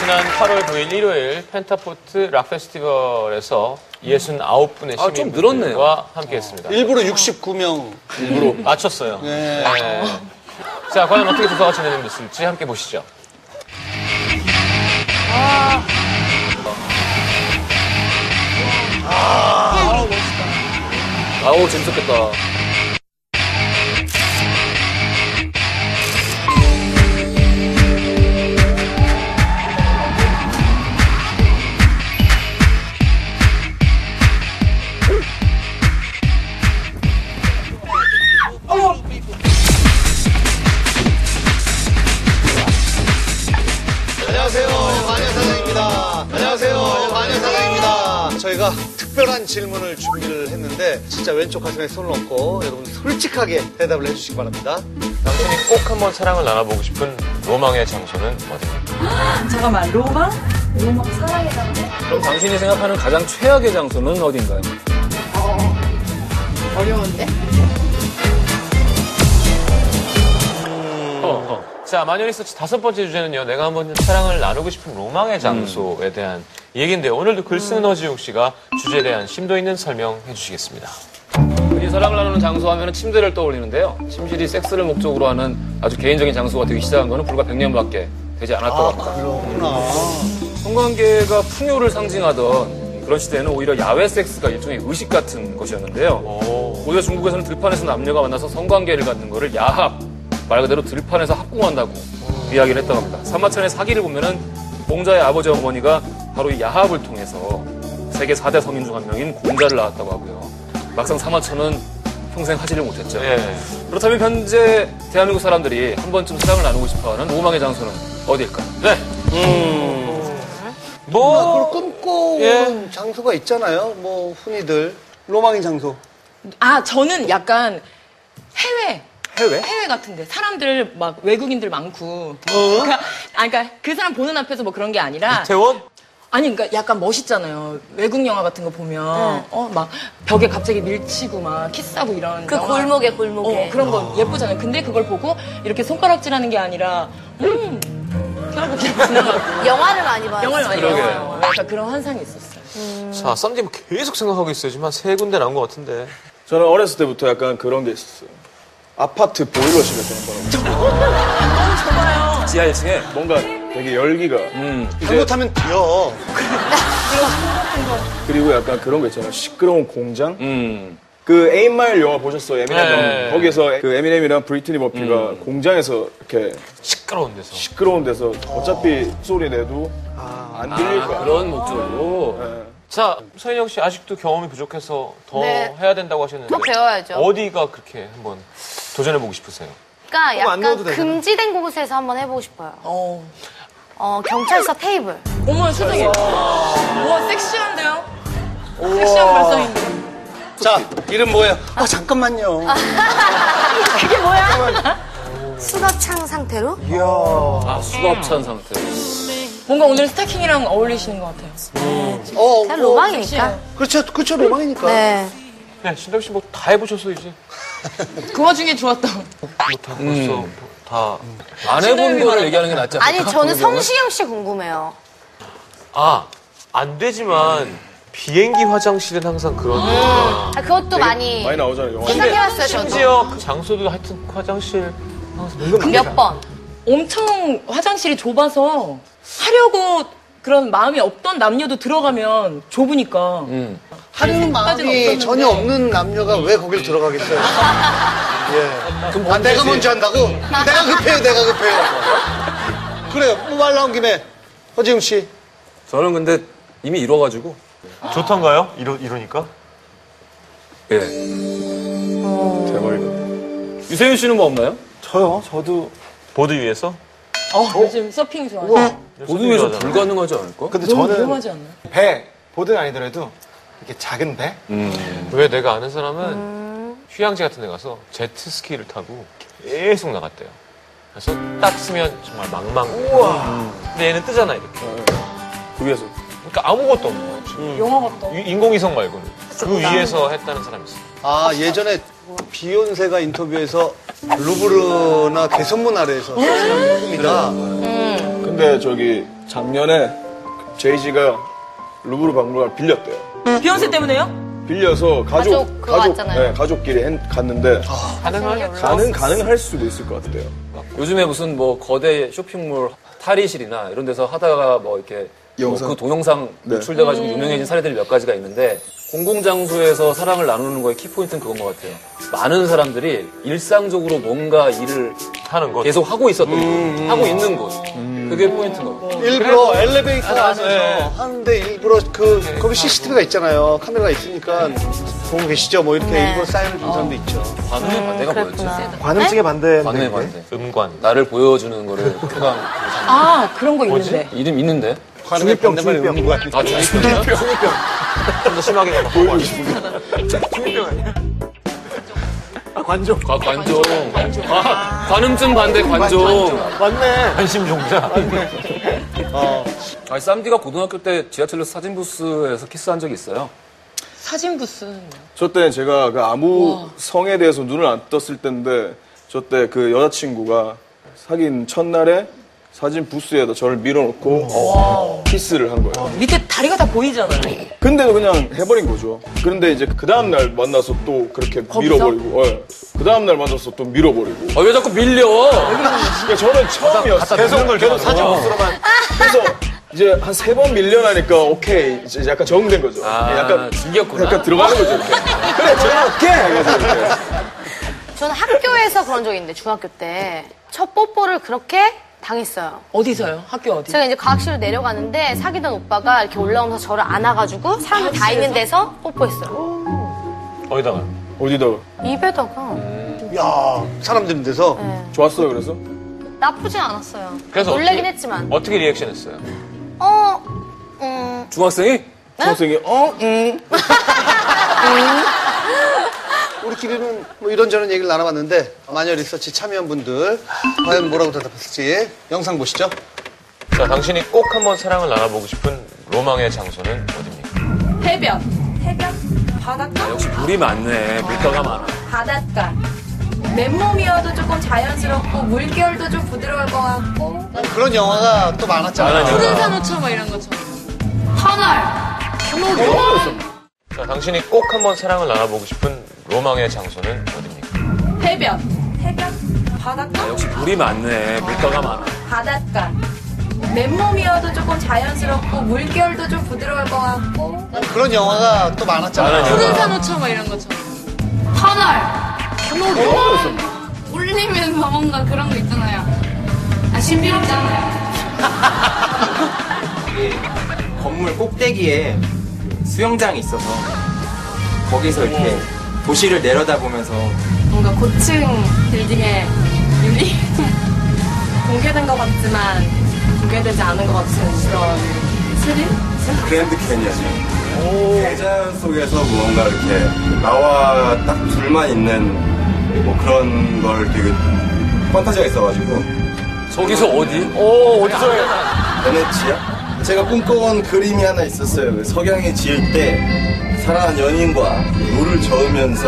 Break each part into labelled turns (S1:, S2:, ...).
S1: 지난 8월 9일 일요일 펜타포트 락 페스티벌에서 69분의
S2: 아, 좀 늘었네요. 아.
S1: 시민들과 함께했습니다.
S3: 일부러 69명.
S1: 맞췄어요.
S3: 네.
S1: 네. 자, 과연 어떻게 조사가 진행됐을지 함께 보시죠.
S2: 아우 재밌었겠다.
S3: 안녕하세요. 마녀사장입니다. 안녕하세요. 마녀사장입니다. 저희가 특별한 질문을 준비를 했는데 진짜 왼쪽 가슴에 손을 얹고 여러분 솔직하게 대답을 해주시기 바랍니다.
S1: 당신이 꼭 한번 사랑을 나눠보고 싶은 로망의 장소는 어디입니까?
S4: 잠깐만 로망?
S2: 그럼 당신이 생각하는 가장 최악의 장소는 어딘가요?
S1: 어, 자, 마녀 리서치 다섯 번째 주제는요. 내가 한번 사랑을 나누고 싶은 로망의 장소에 대한 얘기인데요. 오늘도 글 쓰는 허지웅 씨가 주제에 대한 심도 있는 설명해 주시겠습니다.
S2: 이 사랑을 나누는 장소 하면 침대를 떠올리는데요. 침실이 섹스를 목적으로 하는 아주 개인적인 장소가 되기 시작한 거는 불과 100년밖에 되지 않았다고
S3: 아,
S2: 합니다.
S3: 그렇구나.
S2: 성관계가 풍요를 상징하던 그런 시대에는 오히려 야외 섹스가 일종의 의식 같은 것이었는데요. 오히려 중국에서는 들판에서 남녀가 만나서 성관계를 갖는 것을 야합, 말 그대로 들판에서 합궁한다고 이야기를 했다고 합니다. 사마천의 사기를 보면은 공자의 아버지 어머니가 바로 이 야합을 통해서 세계 4대 성인 중 한 명인 공자를 낳았다고 하고요. 막상 사마천은 평생 하지를 못했죠.
S1: 예.
S2: 그렇다면 현재 대한민국 사람들이 한 번쯤 사랑을 나누고 싶어하는 로망의 장소는 어디일까요?
S1: 네.
S3: 그걸
S1: 뭐,
S3: 꿈꿔온
S5: 예.
S3: 장소가 있잖아요. 뭐 흔히들 로망인 장소.
S6: 아, 저는 약간 해외.
S2: 해외?
S6: 해외 같은데 사람들 막 외국인들
S7: 어?
S6: 많고 그러니까, 아, 그러니까 그 사람 보는 앞에서 뭐 그런 게 아니라
S1: 태원?
S6: 아니 그러니까 약간 멋있잖아요 외국 영화 같은 거 보면
S7: 네.
S6: 어 막 벽에 갑자기 밀치고 막 키스하고 이런
S7: 그
S6: 영화.
S7: 골목에 골목에
S6: 어, 그런 거 예쁘잖아요 근데 그걸 보고 이렇게 손가락질하는 게 아니라 음 그러고 그냥 지나가고
S7: 영화를 많이 봐요.
S6: 영화를 많이
S2: 그러게요.
S6: 봐요 약간 그런 환상이 있었어요
S1: 자, 쌈디 뭐 계속 생각하고 있어요. 지금 한 세 군데 나온 것 같은데.
S5: 저는 어렸을 때부터 약간 그런 게 있었어요. 아파트 보일러실에 서는 거라고.
S2: 지하 1층에
S5: 뭔가 되게 열기가.
S2: 음.
S3: 잘못하면 뛰어.
S5: 그리고 약간 그런 거 있잖아요. 시끄러운 공장?
S2: 음.
S5: 그 에임마일 영화 보셨어요? 에미넴
S1: 네.
S5: 영화. 거기서 그 에미넴이랑 브리트니 버피가
S2: 음.
S5: 공장에서 이렇게
S1: 시끄러운 데서.
S5: 시끄러운 데서 어차피 소리 내도 안 들릴 거야.
S2: 아, 그런 목적으로
S1: 자, 서인영 씨 아직도 경험이 부족해서 더
S7: 네.
S1: 해야 된다고 하셨는데.
S7: 더 배워야죠.
S1: 어디가 그렇게 한번 도전해보고 싶으세요?
S7: 그러니까
S3: 안 넣어도
S7: 약간
S3: 되잖아.
S7: 금지된 곳에서 한번 해보고 싶어요.
S6: 어
S7: 어, 경찰서 테이블.
S6: 어머 수정이 우와 섹시한데요 섹시한 발성인데
S3: 자, 이름 뭐예요? 아, 잠깐만요.
S7: 수거창 상태로?
S2: 아 수가 찬 상태.
S6: 뭔가 오늘 스타킹이랑 어울리시는 것 같아요.
S3: 어,
S7: 그냥
S3: 뭐,
S7: 로망이니까.
S3: 그렇죠, 그렇죠, 로망이니까.
S7: 네.
S1: 네, 신덕 씨 뭐 다 해보셨어, 이제.
S6: 그 와중에 좋았던.
S1: 뭐다 벌써 뭐 다.
S2: 안 해본 거를 얘기하는 게 낫지 않을까?
S7: 아니, 저는 성시경 씨 궁금해요.
S1: 아, 안 되지만 비행기 화장실은 항상 그런. 거구나.
S7: 아, 그것도 많이
S5: 많이 나오잖아요, 영화.
S7: 생각해봤어요, 저도.
S1: 심지어 그 장소도 하여튼 그 화장실 항상 물건
S7: 몇 번.
S6: 엄청 화장실이 좁아서 하려고 그런 마음이 없던 남녀도 들어가면 좁으니까.
S3: 하는
S6: 생각까지는
S3: 마음이
S6: 없었는데.
S3: 전혀 없는 남녀가 왜 거길 들어가겠어요? 예.
S2: 그럼
S3: 아, 내가
S2: 되지.
S3: 먼저 한다고? 내가 급해요, 내가 급해요. 그래요, 뭐말 나온 김에. 허지웅 씨.
S2: 저는 근데 이미 이뤄가지고.
S1: 좋던가요? 이러, 이러니까?
S2: 예.
S7: 어.
S5: 대박이다.
S2: 유세윤 씨는 뭐 없나요?
S5: 저요? 저도.
S1: 보드 위에서?
S6: 어, 요즘 서핑 좋아해요.
S2: 모든 게좀 불가능하지 않을까?
S5: 근데
S6: 너무 위험하지 않나요?
S5: 배. 보드는 아니더라도 이렇게 작은 배?
S1: 왜 내가 아는 사람은
S7: 음.
S1: 휴양지 같은 데 가서 제트 스키를 타고 계속 나갔대요. 그래서 딱 쓰면 정말 망망. 근데 얘는 뜨잖아, 이렇게.
S5: 그 위에서.
S1: 그러니까 아무것도 없는 거야, 지금.
S6: 영화 같다.
S1: 이- 인공위성 말고는. 그 위에서 했다는 사람이 있어요.
S3: 아, 예전에 비욘세가 인터뷰에서 네. 루브르나 개선문 아래에서 쓴 꿈이다.
S5: 근데 저기 작년에 제이지가 루브르 박물관 을 빌렸대요.
S6: 비욘세 때문에요?
S5: 빌려서 가족
S7: 가족 그거 왔잖아요.
S5: 네, 가족끼리 hen- 갔는데
S1: 가능하겠죠?
S5: 가능 가능할 수도 있을 것 같아요.
S2: 요즘에 무슨 뭐 거대 쇼핑몰 탈의실이나 이런 데서 하다가 뭐 이렇게
S5: 영상?
S2: 뭐그 동영상
S7: 음.
S5: 네.
S2: 노출돼가지고 유명해진 사례들이 몇 가지가 있는데 공공장소에서 사랑을 나누는 거의 키포인트는 그건 것 같아요. 많은 사람들이 일상적으로 뭔가 일을
S1: 하는 것.
S2: 계속 하고 있었던 곳, 하고 있는 곳. 그게 포인트인 것 같아요.
S3: 일부러 엘리베이터 안에서
S1: 네.
S3: 하는데 일부러 그 거기 CCTV가 있잖아요. 카메라가 있으니까 보고 계시죠? 뭐 이렇게
S7: 네.
S3: 일부러 사인을 준 사람도 있죠.
S2: 관음의 반대가 뭐였지?
S7: 그랬구나.
S4: 관음증에 반대.
S2: 관음의 반대.
S1: 음관.
S2: 나를 보여주는 거를 표방
S6: 아 그런 거 있는데.
S2: 이름 있는데?
S4: 중이병, 중이병.
S2: 아, 중이병이야?
S1: 좀 더 심하게 해봐.
S2: 어,
S4: 관종.
S2: 아, 관종. 아, 관음증 반대 관종.
S4: 맞네.
S1: 관심 종자.
S2: 아니, 쌈디가 고등학교 때 지하철로 사진 부스에서 키스한 적이 있어요.
S6: 사진 부스는 뭐야?
S5: 저 때는 제가 그 아무 성에 대해서 눈을 안 떴을 때인데 저 때 그 여자친구가 사귄 첫날에 사진 부스에다 저를 밀어놓고 키스를 한 거예요.
S6: 밑에 다리가 다 보이잖아요.
S5: 근데도 그냥 해버린 거죠. 그런데 이제 그 다음날 만나서 또 그렇게 밀어버리고, 예. 그 다음날 만나서 또 밀어버리고.
S2: 아, 왜 자꾸 밀려?
S5: 그러니까 저는 처음이었어요. 계속, 계속 사진 보스로만. 그래서 이제 한 세 번 밀려나니까 오케이. 이제 약간 적응된 거죠.
S2: 아,
S5: 약간,
S2: 질겼구나.
S5: 약간 들어가는 거죠, 이렇게. 그래, 제가 오케이! 하면서 이렇게.
S7: 저는 학교에서 그런 적 있는데 중학교 때 첫 뽀뽀를 그렇게 당했어요.
S6: 어디서요? 학교 어디?
S7: 제가 이제 과학실로 내려가는데 사귀던 오빠가 이렇게 올라오면서 저를 안아가지고 사람들 다 있는 데서 뽀뽀했어요.
S1: 어디다가?
S5: 어디다가.
S7: 입에다가
S3: 야 아, 사람들 데서
S5: 좋았어요, 그래서?
S7: 나쁘진 않았어요.
S1: 그래서
S7: 놀라긴
S1: 어떻게-
S7: 했지만
S1: 어떻게 리액션 했어요?
S7: 어, 음,
S2: 중학생이?
S5: 선생이, 어?
S3: 우리끼리는 뭐 이런저런 얘기를 나눠봤는데 마녀 리서치 참여한 분들 과연 뭐라고 대답했을지 영상 보시죠.
S1: 자, 당신이 꼭 한번 사랑을 나눠보고 싶은 로망의 장소는 어디입니까?
S8: 해변. 해변? 바닷가?
S2: 역시 물이 많네. 물가가 많아.
S8: 바닷가. 맨몸이어도 조금 자연스럽고 물결도 좀 부드러울 것 같고
S3: 그런 영화가 또 많았잖아요.
S8: 푸른 산호초
S1: 뭐
S8: 막 이런 것처럼.
S1: 어, 자, 당신이 꼭 한번 사랑을 나눠보고 싶은 로망의 장소는 어디입니까?
S8: 해변. 해변? 바닷가?
S2: 역시 물이 많네. 물가가 많아.
S8: 바닷가. 맨몸이어도 조금 자연스럽고 물결도 좀 부드러울 것 같고
S3: 그런 영화가 또 많았잖아요.
S8: 푸른 산호초 막 이런 것처럼. 터널. 울리면서 뭔가 그런 거 있잖아요. 아, 신비롭잖아요.
S9: 건물 꼭대기에 수영장이 있어서 거기서 이렇게 도시를 내려다보면서
S8: 뭔가 고층 빌딩에 윤리 공개된 것 같지만 공개되지 않은 것 같은 그런 스릴?
S10: 그랜드 캐니언이요. 대자연 속에서 무언가 이렇게 나와 딱 둘만 있는 뭐 그런 걸 되게 판타지가 있어가지고
S2: 저기서 어디? 어, 어디서 해?
S10: 베네치아? 제가 꿈꿔온 그림이 하나 있었어요. 그 석양이 지을 때 사랑하는 연인과 노를 저으면서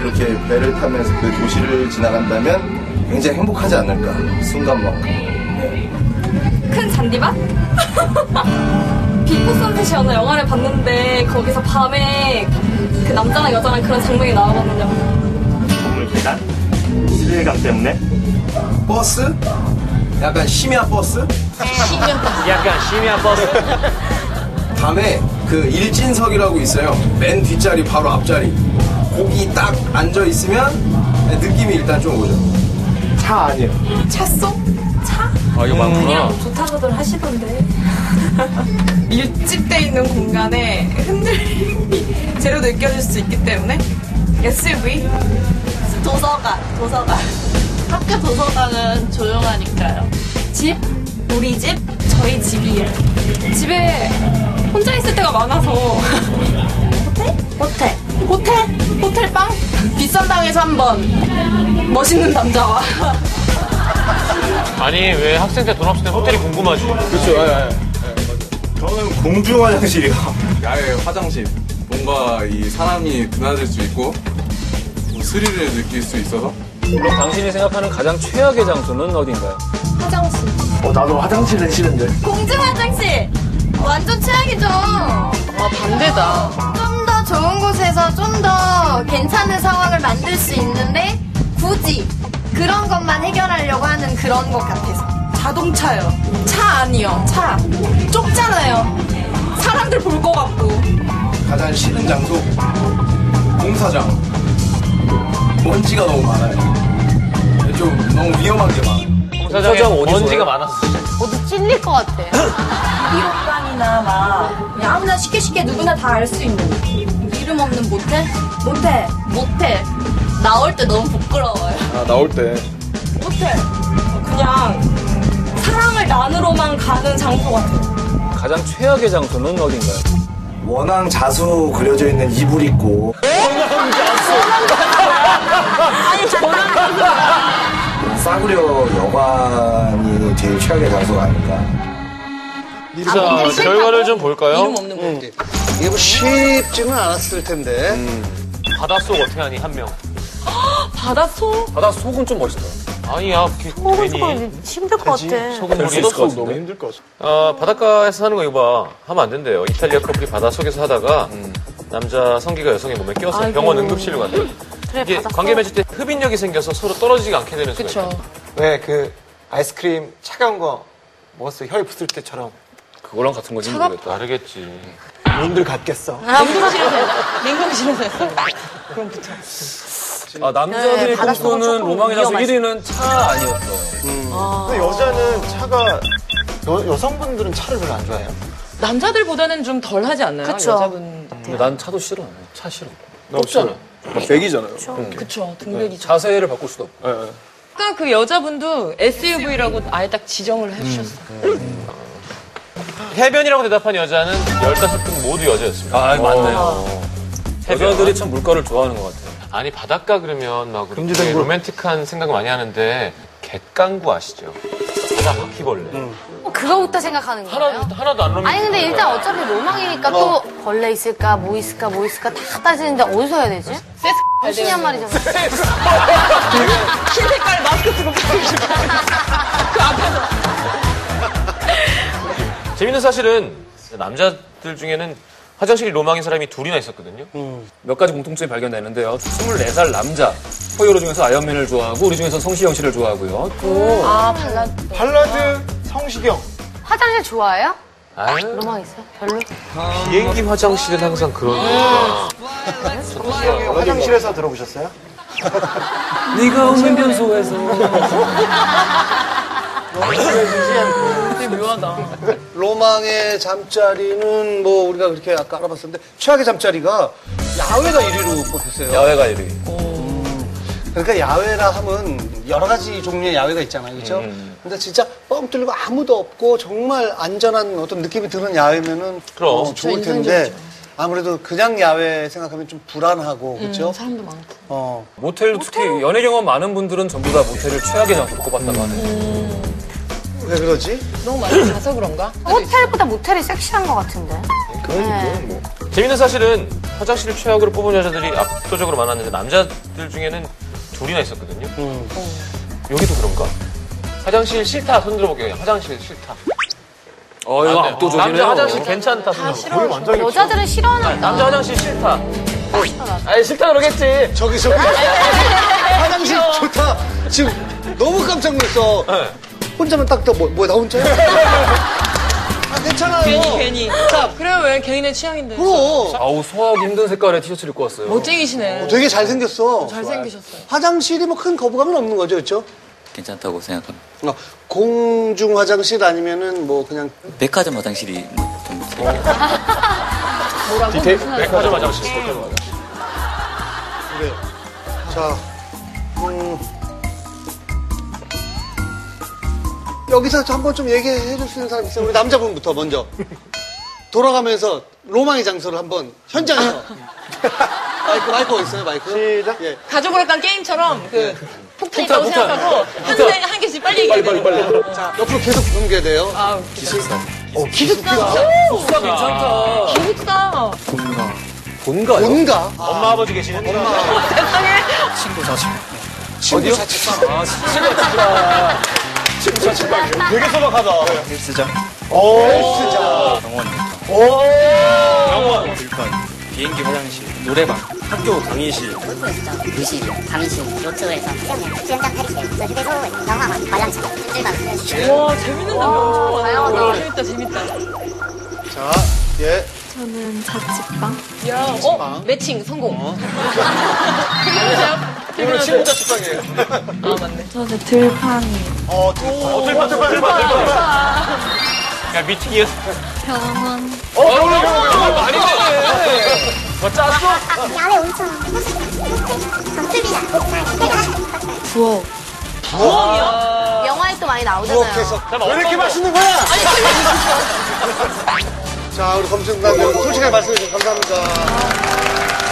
S10: 그렇게 배를 타면서 그 도시를 지나간다면 굉장히 행복하지 않을까 순간만큼. 네.
S8: 큰 잔디밭? 비포 선셋이었나 영화를 봤는데 거기서 밤에 그 남자랑 여자랑 그런 장면이 나와봤는데
S4: 건물 계단. 시대감 때문에.
S10: 버스? 약간 심야 버스? 심야 버스. 약간 심야 버스. 밤에 그 일진석이라고 있어요. 맨 뒷자리 바로 앞자리. 거기 딱 앉아 있으면 느낌이 일단 좀 오죠.
S8: 찻속? 차?
S2: 아, 이거 많구나.
S8: 그냥 좋다고들 하시던데 밀집돼 있는 공간에 흔들림이 제로 느껴질 수 있기 때문에 SUV? 도서관 도서관 학교 도서관은 조용하니까요 집? 우리 집? 저희 집이에요 집에 혼자 있을 때가 많아서 호텔? 호텔 호텔? 호텔방? 비싼 방에서 한번 멋있는 남자와
S1: 아니, 왜 학생 때 돈 없을 때 호텔이 궁금하지?
S5: 그렇죠, 예, 예.
S10: 저는 공중 화장실이요.
S11: 야외 화장실 뭔가 이 사람이 드나들 수 있고 뭐 스릴을 느낄 수 있어서
S2: 그럼 당신이 생각하는 가장 최악의 장소는 어딘가요?
S8: 화장실.
S2: 어, 나도 화장실은 싫은데.
S8: 공중 화장실! 완전 최악이죠. 아, 반대다.
S7: 좀 더 좋은 곳에서 좀 더 괜찮은 상황을 만들 수 있는데 굳이 그런 것만 해결하려고 하는 그런 것 같아서
S8: 자동차요. 차 아니요. 차. 좁잖아요. 사람들 볼 것 같고.
S10: 가장 싫은 장소 공사장 먼지가 너무 많아요 좀 너무 위험한 게 많아요
S1: 공사장에
S2: 공사장 어디서
S1: 먼지가
S2: 해요?
S1: 많아서 진짜.
S11: 모두 찔릴 것 같아. 비록방이나 막 그냥 아무나 쉽게 쉽게 누구나 다 알 수 있는 이름 없는 모텔? 모텔. 모텔. 나올 때 너무 부끄러워요.
S5: 아, 나올 때.
S11: 모텔. 그냥 사랑을 나누러만 가는 장소 같아요.
S2: 가장 최악의 장소는 어딘가요?
S10: 원앙 자수 그려져 있는 이불 있고
S11: 아니 저랑
S10: 싸구려 여관이 제일 최악의 장소가 아닐까
S1: 아, 자, 결과를 좀 볼까요?
S3: 없는 음. 이게 뭐 쉽지는 않았을 텐데.
S12: 음.
S1: 바닷속 어떻게 하니, 한 명.
S6: 바닷속?
S2: 바닷속은 좀 멋있다.
S1: 아니야, 그- 괜히.
S11: 힘들 것 같아.
S1: 속은 뭐
S5: 될수
S1: 우리
S5: 있을 것
S1: 소스.
S5: 너무 힘들 것 같아.
S1: 어, 바닷가에서 하는 거 이거 봐. 하면 안 된대요. 이탈리아 커플이 바닷속에서 하다가 남자 성기가 여성의 몸에 껴서
S6: 아이고.
S1: 병원 응급실로 간대.
S6: 그래,
S1: 이게
S6: 바닷속.
S1: 관계 맺을 때 흡인력이 생겨서 서로 떨어지지 않게 되는 수가
S6: 그쵸.
S1: 있다.
S12: 왜 그 아이스크림 차가운 거 먹었을 때 혀에 붙을 때처럼
S2: 그거랑 같은 거지
S12: 차갑-
S2: 모르겠다.
S1: 다르겠지.
S12: 님들 같겠어.
S3: 아.
S6: 냉동실에서 했다. 냉동실에서 했어. 그럼 붙여.
S2: 아,
S6: 네,
S2: 남자들이
S6: 바닷속은
S2: 꿈꾸는
S6: 조금
S2: 로망의 장소
S6: 위험하지.
S2: 1위는 차 아니었어.
S12: 근데 여자는 차가 여, 성분들은 차를 별로 안 좋아해요.
S6: 남자들보다는 좀 덜 하지 않나요?
S12: 그쵸.
S6: 여자분.
S2: 근데 난 차도 싫어. 차 싫어.
S5: 없잖아. 백이잖아요.
S6: 그쵸. 등백이.
S2: 자세를 바꿀 수도
S5: 네,
S2: 없고.
S6: 아까 그 여자분도 SUV라고 아예 딱 지정을 해주셨어요.
S1: 해변이라고 대답한 여자는 15분 모두 여자였습니다.
S2: 아, 맞네요. 여자들이 참 물가를 좋아하는 것 같아요.
S1: 아니, 바닷가 그러면 막 그렇게 로맨틱한 생각 많이 하는데 갯강구 아시죠? 바다 바퀴벌레. 음,
S7: 어, 그거부터 생각하는 거예요? 하나도,
S1: 하나도 안
S7: 아니 근데 일단 어차피 로망이니까
S1: 어.
S7: 또 벌레 있을까 뭐 있을까 뭐 있을까 다 따지는데 어디서 해야 되지? 정신이 한 말이잖아
S6: 흰 색깔 마스크 쓰고 그 앞에서.
S1: 재밌는 사실은 남자들 중에는 화장실 로망인 사람이 둘이나 있었거든요.
S2: 몇 가지 공통점이 발견되는데요. 24살 남자. 포유로 중에서 아이언맨을 좋아하고, 우리 중에서 성시경 씨를 좋아하고요.
S7: 아 발라드
S12: 발라드 성시경.
S7: 화장실 좋아해요?
S1: 아유.
S7: 로망 있어요? 별로?
S1: 비행기 화장실은 항상 그런 거야.
S12: 화장실에서 들어보셨어요?
S2: 네가 오는 변소에서.
S6: 묘하다.
S3: 로망의 잠자리는 뭐 우리가 그렇게 아까 알아봤었는데 최악의 잠자리가 야외가 1위로 뽑혔어요.
S2: 야외가 1위.
S3: 그러니까 야외라 함은 여러 가지 종류의 야외가 있잖아요. 그렇죠?
S12: 음,
S3: 근데 진짜 뻥 뚫리고 아무도 없고 정말 안전한 어떤 느낌이 드는 야외면은
S1: 그럼.
S3: 어, 좋을
S1: 그렇죠.
S3: 텐데 아무래도 그냥 야외 생각하면 좀 불안하고 그렇죠?
S6: 음, 사람도 많고.
S3: 어.
S2: 모텔 음. 특히 연애 경험 많은 분들은 전부 다 모텔을 최악의 장소로 꼽았다고 하네요.
S3: 왜 그러지?
S6: 너무 많이 어, 가서 그런가?
S7: 호텔보다 모텔이 섹시한 것 같은데 네.
S1: 재밌는 사실은 화장실을 최악으로 뽑은 여자들이 압도적으로 많았는데 남자들 중에는 둘이나 있었거든요. 어. 여기도 그런가? 화장실 싫다 손 들어볼게요. 그냥. 화장실 싫다.
S2: 어,
S1: 안
S2: 이거
S1: 돼요.
S2: 압도적이네요.
S1: 남자 화장실 괜찮다 손 들어볼게요.
S7: 여자들은 싫어하나 보다
S1: 남자 화장실 싫다. 아니 싫다 그러겠지.
S3: 저기 저기 화장실 좋다. 지금 너무 깜짝 놀랐어. 혼자만 딱 떠, 뭐, 뭐야, 나 혼자야? 아, 괜찮아요.
S6: 괜히, 괜히. 자, 아, 그래, 왜 개인의 취향인데.
S3: 그럼.
S2: 아우, 소화하기 힘든 색깔의 티셔츠를 입고 왔어요.
S6: 멋쟁이시네.
S3: 어, 되게 잘생겼어.
S6: 잘생기셨어요.
S3: 화장실이 뭐 큰 거부감은 없는 거죠, 그렇죠?
S13: 괜찮다고 생각합니다.
S3: 어, 공중 화장실 아니면은 뭐 그냥
S13: 백화점 화장실이
S6: 뭐라고?
S13: 디테일?
S6: 무슨
S1: 백화점 화장실. 백화점 화장실.
S3: 그래요. 네. 자, 음, 여기서 한번 좀 얘기해 줄 수 있는 사람 있어요? 우리 남자분부터 먼저. 돌아가면서 로망의 장소를 한번 현장에서. 마이크, 마이크 어디 있어요, 마이크? 시작. 예.
S6: 가족으로 간 게임처럼 그 폭탄 있다고
S3: 폭탄, 폭탄.
S6: 생각하고 한, 대, 한 개씩 빨리 얘기해.
S3: 자, 옆으로 계속 넘겨야 요
S6: 아,
S3: 기술사. 어,
S6: 기숙사
S2: 괜찮다.
S6: 기숙사.
S2: 본가요?
S3: 본가? 아,
S1: 엄마 아버지 계시는
S3: 엄마.
S6: 세상에.
S13: 친구 자식.
S5: 친구 자취방. 아, 친구 자취방. 친구 자취방이요? 되게 소박하다.
S2: 헬스장.
S3: 아,
S5: 오,
S3: 네.
S5: 헬스장.
S2: 병원.
S5: 오!
S2: 병원. 들판. 비행기 화장실. 노래방. 학교 강의실.
S14: 미실, 강의실, 요트에서 수영장 탈의실, 저 휴게소, 영화관, 관람차, 찜질방
S6: 와, 재밌는 담배 엄청 많아요. 재밌다, 재밌다.
S5: 자, 예.
S6: 저는 자취방.
S15: 야,
S6: 아.
S15: 어? 매칭 성공.
S5: 이분은 친구 자취방이에요.
S15: 아, 맞네.
S6: 저는 들판이.
S5: 어, 또. 어, 들판, 들판, 들판, 들판.
S6: 들판.
S1: 야, 미팅이었어.
S6: 병원.
S5: 어, 병원, 병원, 병원. 많이 가네.
S1: 뭐 짰어?
S14: 야외 온천, 강습이나
S6: 부엌.
S5: 부엌이요?
S7: 영화에 또 많이 나오잖아요.
S3: 부엌에서 왜 이렇게 맛있는 거야? 어, 자, 우리 검증단 여러분 솔직하게 말씀해주셔서 감사합니다.